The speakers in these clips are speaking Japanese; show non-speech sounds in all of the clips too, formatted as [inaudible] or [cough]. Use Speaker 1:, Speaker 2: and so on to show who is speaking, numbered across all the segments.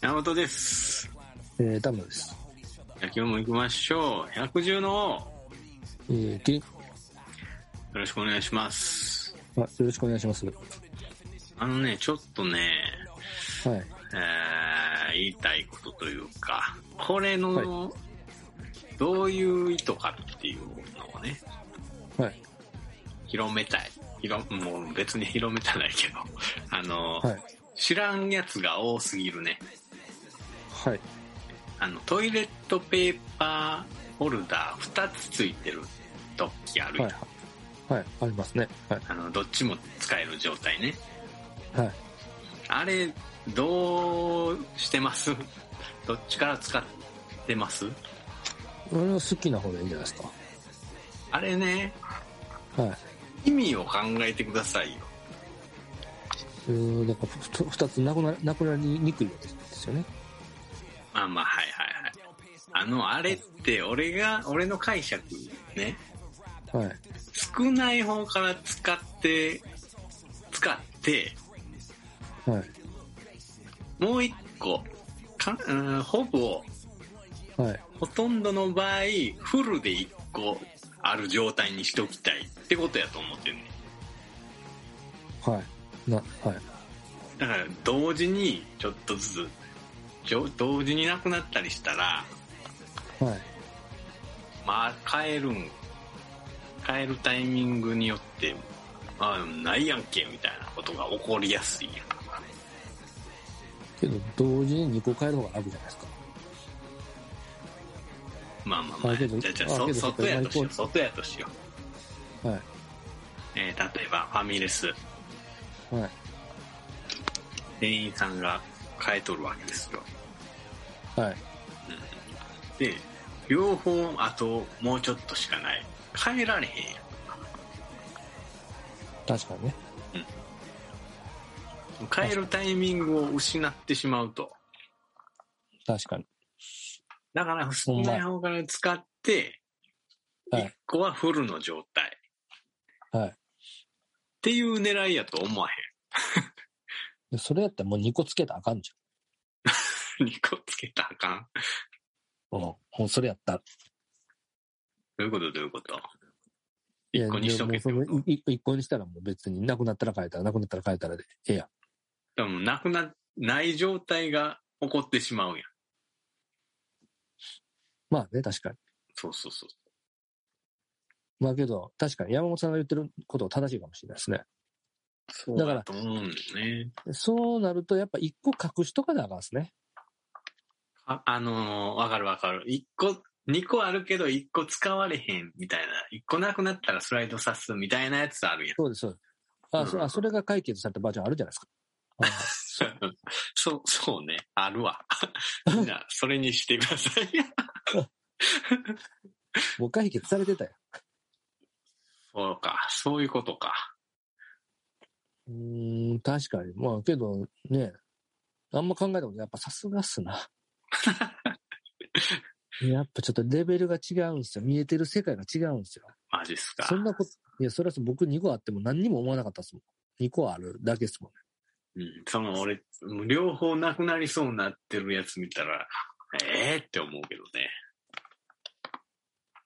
Speaker 1: 山本です。
Speaker 2: えー、ダムです。
Speaker 1: じゃあ今日も行きましょう。百獣の王、よ
Speaker 2: えー、キリン。
Speaker 1: ろしくお願いします。
Speaker 2: あ、よろしくお願いします。は
Speaker 1: あのね、ちょっとね、
Speaker 2: い。
Speaker 1: えー言いたいことというか、これの、
Speaker 2: は
Speaker 1: どういう意図かっていうのをね、
Speaker 2: はい。
Speaker 1: 広めたい。広もう別に広めたないけど、あの、
Speaker 2: はい。
Speaker 1: 知らんやつが多すぎるね。
Speaker 2: はい。
Speaker 1: あの、トイレットペーパーホルダー2つついてる時あるや
Speaker 2: は
Speaker 1: ん
Speaker 2: い。はい。ありますね。はい。
Speaker 1: あの、どっちも使える状態ね。
Speaker 2: はい。
Speaker 1: あれ、どうしてます [laughs] どっちから使ってます
Speaker 2: 俺は好きな方でいいんじゃないです
Speaker 1: あれね、
Speaker 2: か。は
Speaker 1: 意
Speaker 2: い。
Speaker 1: 味を考えてくださいよ。
Speaker 2: うーん、なんかふ、二つなくな、なくなりにくいわけですよね。
Speaker 1: まあまあ、はいはいはい。あの、あれって、俺が、俺の解釈ね、
Speaker 2: はい。
Speaker 1: 少ない方から使って、使って、
Speaker 2: はい。
Speaker 1: もう一個、かうん、ほぼ、
Speaker 2: はい。
Speaker 1: ほとんどの場合、フルで一個ある状態にしておきたいってことやと思ってるね。
Speaker 2: はい。な、はい。
Speaker 1: だから同時にちょっとずつちょ同時になくなったりしたら
Speaker 2: はい。
Speaker 1: まあ変えるん変えるタイミングによってあないやんけみたいなことが起こりやすいやん
Speaker 2: けど、同時に二個変える方が楽じゃないですか。
Speaker 1: まあまあまあ
Speaker 2: あ
Speaker 1: じ
Speaker 2: け
Speaker 1: ゃ
Speaker 2: ど
Speaker 1: あじゃあ
Speaker 2: あ
Speaker 1: そ
Speaker 2: け
Speaker 1: 外やと
Speaker 2: ど
Speaker 1: しよう
Speaker 2: そ
Speaker 1: 外やとしよ
Speaker 2: は
Speaker 1: う、えー例えばファミレス
Speaker 2: い。はい。
Speaker 1: 店員さんが変えとるわけですよ
Speaker 2: はい。
Speaker 1: で両方あともうちょっとしかない変えられへんやん
Speaker 2: 確かにね。
Speaker 1: 変えるタイミングを失ってしまうと
Speaker 2: 確かに。
Speaker 1: だから、少ない方から使って、
Speaker 2: はい
Speaker 1: 1個はフルの状態っ
Speaker 2: はい。
Speaker 1: ていう狙いやと思わへ
Speaker 2: でそれやったらもう二個つけたらあかんじ
Speaker 1: ん。2個 [laughs] つけたらあかん。
Speaker 2: ゃん。うん。もうそれやったら。
Speaker 1: どういうことどういうこと
Speaker 2: いや
Speaker 1: 1個にしとけって
Speaker 2: でも
Speaker 1: こ
Speaker 2: その
Speaker 1: と
Speaker 2: いい一個にしたらもう別になくなったら変えたら、なくなったら変えたらで、ええやん。
Speaker 1: でも、なくな、ない状態が起こってしまうやん。
Speaker 2: まあね、確かに。
Speaker 1: そうそうそう。
Speaker 2: まあけど、確かに山本さんが言ってることは正しいかもしれないですね。
Speaker 1: そう
Speaker 2: だから
Speaker 1: だと思うんだよね。
Speaker 2: そうなると、やっぱ一個隠しとかなあかんですね。
Speaker 1: あ、あのーわかるわかる。1個、2個あるけど1個使われへんみたいな。1個なくなったらスライドさすみたいなやつあ [laughs] るやん。
Speaker 2: そうです、そうです。あ、
Speaker 1: うん
Speaker 2: そあそれが解決されたバージョンあるじゃないですか。はいはい
Speaker 1: [laughs] そう、そうね。あるわ。 [laughs] みんな、それにしてください。
Speaker 2: もう解決されてたよ。
Speaker 1: そうか、そういうことか。
Speaker 2: うーん、確かに。まあけど、ね、あんま考えたことないやっぱさすがっ
Speaker 1: [laughs]
Speaker 2: すな。やっぱちょっとレベルが違うんですよ。見えてる世界が違うんですよ。
Speaker 1: マジっすか
Speaker 2: そ。んなこと、いや、それはそう僕2個あっても何にも思わなかったですもん。2個あるだけですもんね。
Speaker 1: うん、その俺、両方なくなりそうになってるやつ見たら、ええって思うけどね。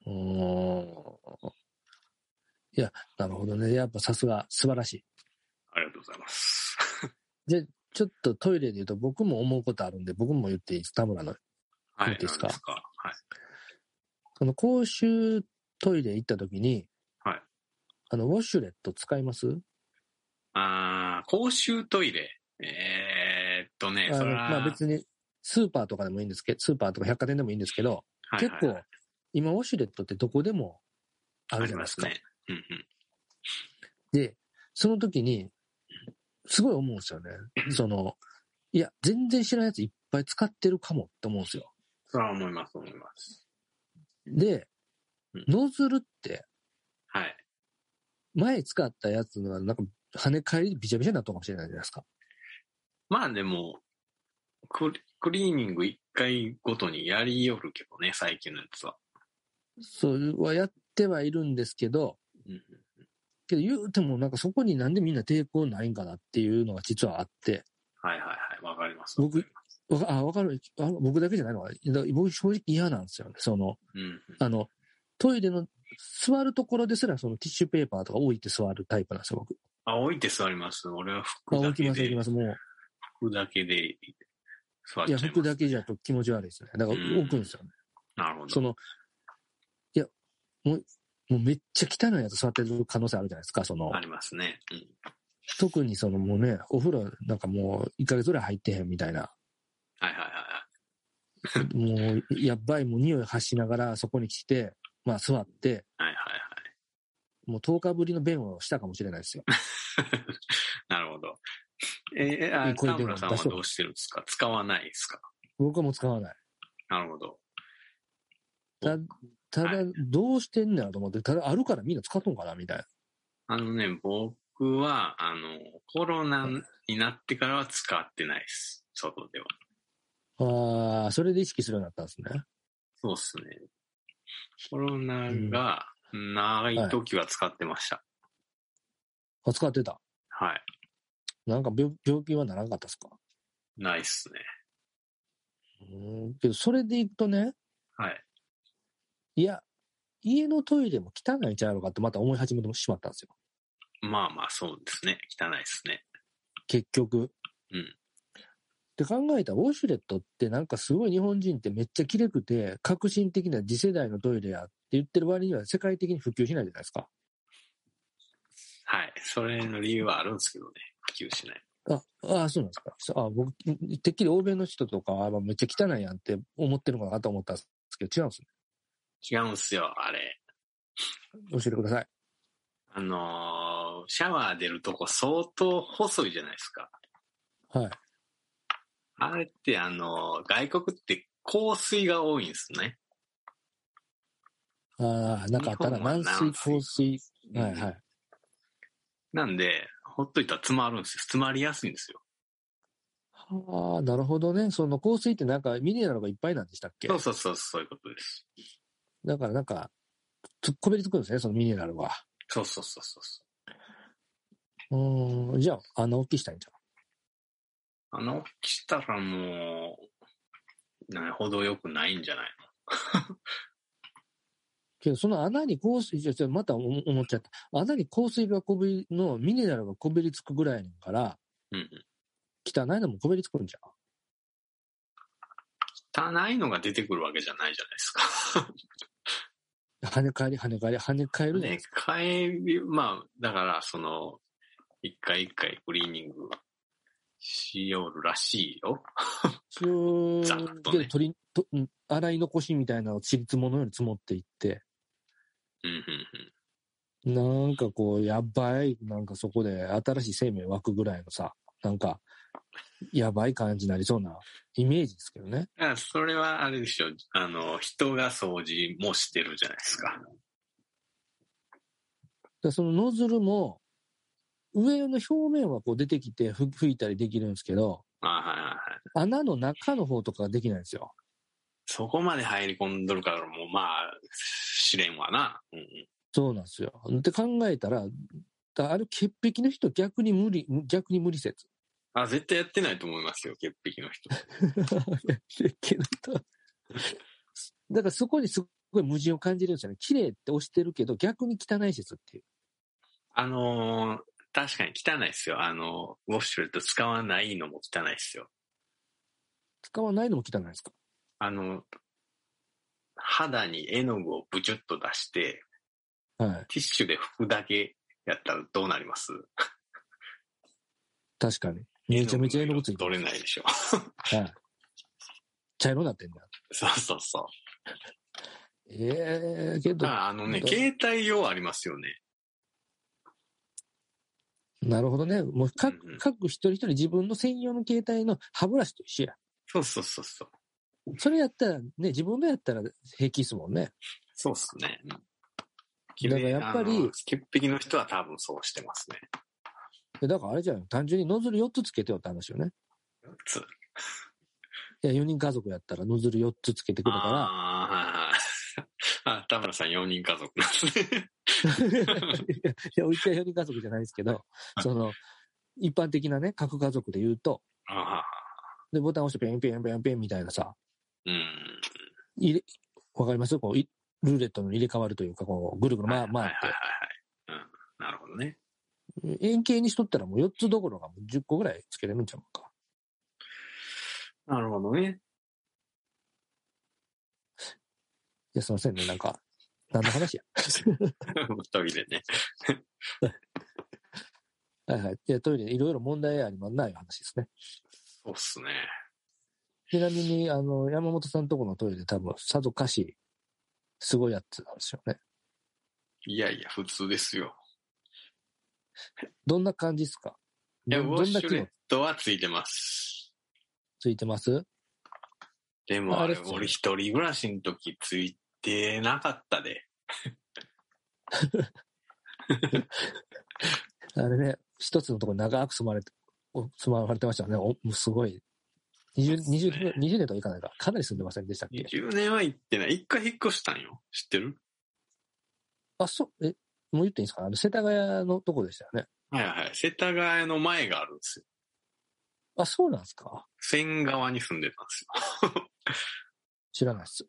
Speaker 2: うーん。いや、なるほどね。やっぱさすが、素晴らしい。
Speaker 1: ありがとうございます。
Speaker 2: ちょっとトイレで言うと僕も思うことあるんで、僕も言っていいです。田村の。
Speaker 1: はい
Speaker 2: い、いですか
Speaker 1: 何はい。
Speaker 2: その公衆トイレ行った時に、
Speaker 1: はい
Speaker 2: あの、ウォシュレット使います
Speaker 1: あー公衆トイレ。えー、っとね、
Speaker 2: あ
Speaker 1: そ
Speaker 2: の
Speaker 1: れは、
Speaker 2: まあ別に、スーパーとかでもいいんですけど、スーパーとか百貨店でもいいんですけど、
Speaker 1: はい
Speaker 2: 結
Speaker 1: はい
Speaker 2: 構、今ウォシュレットってどこでもあ
Speaker 1: あ
Speaker 2: る
Speaker 1: り
Speaker 2: じゃない
Speaker 1: ま
Speaker 2: です
Speaker 1: す
Speaker 2: か。
Speaker 1: ね。うんうん。
Speaker 2: で、その時に、すごい思うんですよね。その、いや、全然知らないやついっぱい使ってるかもって思うんですよ。
Speaker 1: それは思います、思います。
Speaker 2: で
Speaker 1: うん、
Speaker 2: ノズルって、
Speaker 1: はい。
Speaker 2: 前使ったやつが、なんか、跳ね返りでびちゃびちゃになったかもしれないじゃないですか。
Speaker 1: まあでも、クリクリーニング一回ごとにやりよるけどね、最近のやつは。
Speaker 2: それはやってはいるんですけど、
Speaker 1: うんうん
Speaker 2: けど言うてもなんかそこになんでみんな抵抗ないんかなっていうのが実はあって、
Speaker 1: はいはいはい、わかります。
Speaker 2: 僕わかあ、わかる。あ僕だけじゃないのかな。だ僕正直嫌なんですよね。その、
Speaker 1: うん。
Speaker 2: あの、トイレの座るところですら、そのティッシュペーパーとか置いて座るタイプなんですよ、僕。
Speaker 1: あ、置いて座ります。俺は
Speaker 2: あ
Speaker 1: 服だ
Speaker 2: 置き
Speaker 1: け
Speaker 2: ます、置き
Speaker 1: で、
Speaker 2: ます。もう、
Speaker 1: 服だけで座っ
Speaker 2: い
Speaker 1: ちゃ
Speaker 2: や、
Speaker 1: い
Speaker 2: 服
Speaker 1: ます。
Speaker 2: だけじゃと気持ち悪いですね。だから
Speaker 1: うん
Speaker 2: 置くんですよね。
Speaker 1: なるほ
Speaker 2: そ
Speaker 1: ど。
Speaker 2: の、いや、もう、もうめっちゃ汚いやつ座ってる可能性あるじゃないですか、その
Speaker 1: あ、りますね。うん。
Speaker 2: 特にそのもうね、お風呂なんかもう1ヶ月ぐらい入ってへんみたいな、
Speaker 1: はいはいはいは
Speaker 2: もうやっばい、もう匂い発しながらそこに来て、まあ座って、
Speaker 1: い。はいはいはい。
Speaker 2: もう10日ぶりの便をしたかもしれないですよ。
Speaker 1: [laughs] なるほど。え、えあ、
Speaker 2: これ
Speaker 1: 田
Speaker 2: で
Speaker 1: 村さんは
Speaker 2: 出そう
Speaker 1: どうしてるんですか使わないですか
Speaker 2: 僕はもう使わない。
Speaker 1: なるほど。
Speaker 2: たただ
Speaker 1: は、
Speaker 2: どうしてんねやろと思って、ただあるからみんな使っとんかなみたいな。
Speaker 1: あのね、僕は、あの、コロナになってからは使ってないです。外では。
Speaker 2: ああ、それで意識するようになったんですね。
Speaker 1: そうっすね。コロナがない時は使ってました。
Speaker 2: あ、使ってた。
Speaker 1: はい。
Speaker 2: なんか病病気はならなかったですか
Speaker 1: ないっすね。
Speaker 2: うん、けど、それでいくとね、
Speaker 1: はい。
Speaker 2: いや、家のトイレも汚いんちゃうのかってまた思い始めてしまったんですよ。
Speaker 1: まあまあ、そうですね。汚いですね。
Speaker 2: 結局。
Speaker 1: うん
Speaker 2: って考えたら、ウォシュレットってなんかすごい日本人ってめっちゃきれくて、革新的な次世代のトイレやって言ってる割には世界的に普及しないじゃないですか。
Speaker 1: はい。それの理由はあるんですけどね。普及しない。
Speaker 2: あ、あそうなんですか。そうあ僕、てっきり欧米の人とかはあめっちゃ汚いやんって思ってるのかなと思ったんですけど、違うんですね。
Speaker 1: 違うんすよ、あれ。
Speaker 2: 教えてください。
Speaker 1: あのーシャワー出るとこ相当細いじゃないですか。
Speaker 2: はい。
Speaker 1: あれって、あのー外国って香水が多いんですね。
Speaker 2: ああ、なんかあったな。
Speaker 1: 日本は
Speaker 2: 軟水、
Speaker 1: 軟
Speaker 2: 硬水。はい
Speaker 1: うん
Speaker 2: はい。
Speaker 1: なんで、ほっといたら詰まるんですよ。詰まりやすいんですよ。
Speaker 2: ああ、なるほどね。その香水ってなんかミネラルがいっぱいなんでしたっけ
Speaker 1: そうそうそう、そういうことです。
Speaker 2: だからなんか、つこびりつくんですね、そのミネラルは。
Speaker 1: そうそうそうそうそう。
Speaker 2: うーん、じゃあ、穴大きしたいんじ
Speaker 1: あの、来たらもう、なほどよくないんじゃない
Speaker 2: ゃん。けど、その穴に香水、じゃあ、じゃあまた思思っちゃった。穴に香水がこびり、のミネラルがこびりつくぐらいだから、
Speaker 1: のうんうん。
Speaker 2: 汚いのもこびりつくんじゃん。
Speaker 1: 汚いのが出てくるわけじゃないじゃないですか。
Speaker 2: 跳ね返り、跳ね返り、跳ね返るじゃん。
Speaker 1: ね、帰り、まあ、だから、その、一回一回クリーニングしよるらしいよ。
Speaker 2: そー
Speaker 1: ざっとね
Speaker 2: で、取り、とうん洗い残しみたいなのをちりつものように積もっていって、
Speaker 1: うんうん
Speaker 2: なんかこう、やばい、なんかそこで新しい生命湧くぐらいのさ、なんか、やばい感じになりそうなイメージですけどね。
Speaker 1: うん。あそれはあれでしょ。あの、人が掃除もしてるじゃないですか。
Speaker 2: だからそのノズルも、上の表面はこう出てきてふ吹いたりできるんですけど、
Speaker 1: あはいはいはい。
Speaker 2: 穴の中の方とかができないんですよ。
Speaker 1: そこまで入り込んどるから、もうまあ、試練はな。うんうん。
Speaker 2: そうなんですよ。って考えたら、だある潔癖の人逆に無理、逆に無理説。
Speaker 1: あ、絶対やってないと思いますよ、潔癖の人。
Speaker 2: 潔癖の人は [laughs] だからそこにすごい矛盾を感じるんですよね。綺麗って押してるけど、逆に汚い説っていう。
Speaker 1: あのー確かに汚いですよ。あのウォシュレット使わないのも汚いですよ。
Speaker 2: 使わないのも汚いですか
Speaker 1: あの、肌に絵の具をブチュッと出して、
Speaker 2: は
Speaker 1: ティ
Speaker 2: い。
Speaker 1: ッシュで拭くだけやったらどうなります
Speaker 2: 確かに。めちゃめちゃ絵の具ついて
Speaker 1: 取
Speaker 2: る。
Speaker 1: れないでしょ。 [laughs]
Speaker 2: はい。茶色になってんだ。
Speaker 1: そうそうそう。
Speaker 2: ええけど
Speaker 1: だか、らあのね
Speaker 2: ど、う
Speaker 1: 携帯用ありますよね。
Speaker 2: なるほどね。もう各、
Speaker 1: うんうん
Speaker 2: 各一人一人自分の専用の携帯の歯ブラシと一緒や。
Speaker 1: そうそうそうそう。
Speaker 2: それやったらね、自分のやったら平気ですもんね。
Speaker 1: そうっすね。
Speaker 2: だからやっぱり
Speaker 1: あの潔癖の人は多分そうしてますね。
Speaker 2: でだからあれじゃん。単純にノズル4つつけてよって話よね。
Speaker 1: つ
Speaker 2: いや、4人家族やったらノズル4つつけてくるか
Speaker 1: あーはいはい [laughs] あ、田村さん4人家族なんです [laughs] ね。
Speaker 2: ら。いや、うちは4人家族じゃないですけど、その、一般的なね、各家族で言うと、
Speaker 1: あ
Speaker 2: で、ボタン押してペンペンペンペンみたいなさ、
Speaker 1: うん。
Speaker 2: 入れ、わかりますこう、いルーレットの入れ替わるというか、こう、ぐるぐる
Speaker 1: は
Speaker 2: 回
Speaker 1: い
Speaker 2: 回っ
Speaker 1: はいはいはいはい。うん。なるほどね。
Speaker 2: て。円形にしとったらもう4つどころかもう10個ぐらいつけれるんちゃうか。
Speaker 1: なるほど [laughs] ね。
Speaker 2: いや、すいませんね。なんか、何の話や。 [laughs]
Speaker 1: トイレね。
Speaker 2: はいはい。いや、トイレいろいろ問題ありまんない話ですね。
Speaker 1: そうっすね。
Speaker 2: ちなみに、あの、山本さんとこのトイレ多分、さぞかし、すごいやつなんですよね。
Speaker 1: いやいや、普通ですよ。
Speaker 2: どんな感じですか
Speaker 1: いや、
Speaker 2: ど
Speaker 1: ウ
Speaker 2: ど
Speaker 1: ォ
Speaker 2: んな
Speaker 1: シ
Speaker 2: 機
Speaker 1: ュレッ
Speaker 2: 能
Speaker 1: トはついてます。
Speaker 2: ついてます
Speaker 1: でもあれ
Speaker 2: あれっ、すよね
Speaker 1: 俺一人暮らしの時ついてなかったで。
Speaker 2: あれね、一つのところに長く住まれて、お住まわれてましたよね。おもうすごい。20, 20, 年20年とはいかないか。かなり住んでませんでしたっけ
Speaker 1: 10年は行ってない。一回引っ越したんよ。知ってる
Speaker 2: あ、そう、え、もう言っていいんですかあの、世田谷のとこでしたよね。
Speaker 1: はいはい。世田谷の前があるんですよ。
Speaker 2: あ、そうなんですか
Speaker 1: 仙川に住んでたんですよ。
Speaker 2: 知らないっす。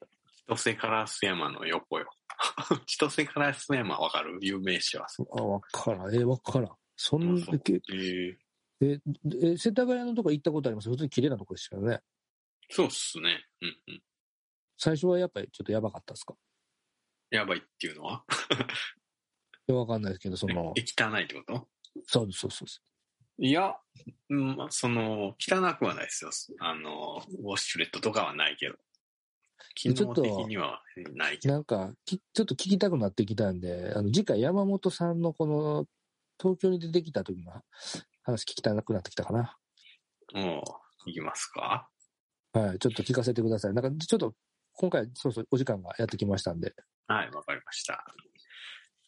Speaker 1: 千歳烏山の横よ。 [laughs] 千歳烏山わかる有名詞は。
Speaker 2: あ、わからん。え、わからん。そんな
Speaker 1: うん、
Speaker 2: け
Speaker 1: えー
Speaker 2: え、世田谷のとこ行ったことあります普通に綺麗なとこでしたよね。
Speaker 1: そうっすね。うんうん。
Speaker 2: 最初はやっぱりちょっとやばかったですか
Speaker 1: やばいっていうのはい
Speaker 2: や、わかんないですけど、その、
Speaker 1: え汚いってこと
Speaker 2: そうですそうですそうです。
Speaker 1: いや、うんまあその、汚くはないですよ。あの、ウォシュレットとかはないけど。機
Speaker 2: ちょ
Speaker 1: 能
Speaker 2: っと
Speaker 1: 的にはないけど。
Speaker 2: なんかき、ちょっと聞きたくなってきたんで、あの、次回山本さんのこの、東京に出てきた時の話聞きたくなってきたかな。
Speaker 1: もう、いきますか
Speaker 2: はい、ちょっと聞かせてください。なんか、ちょっと、今回、そうそう、お時間がやってきましたんで。
Speaker 1: はい、わかりました。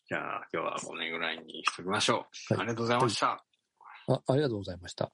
Speaker 1: じゃあ、今日はこのぐらいにしときましょう。
Speaker 2: は
Speaker 1: あ
Speaker 2: い
Speaker 1: りがとうございました。
Speaker 2: あありがとうございました。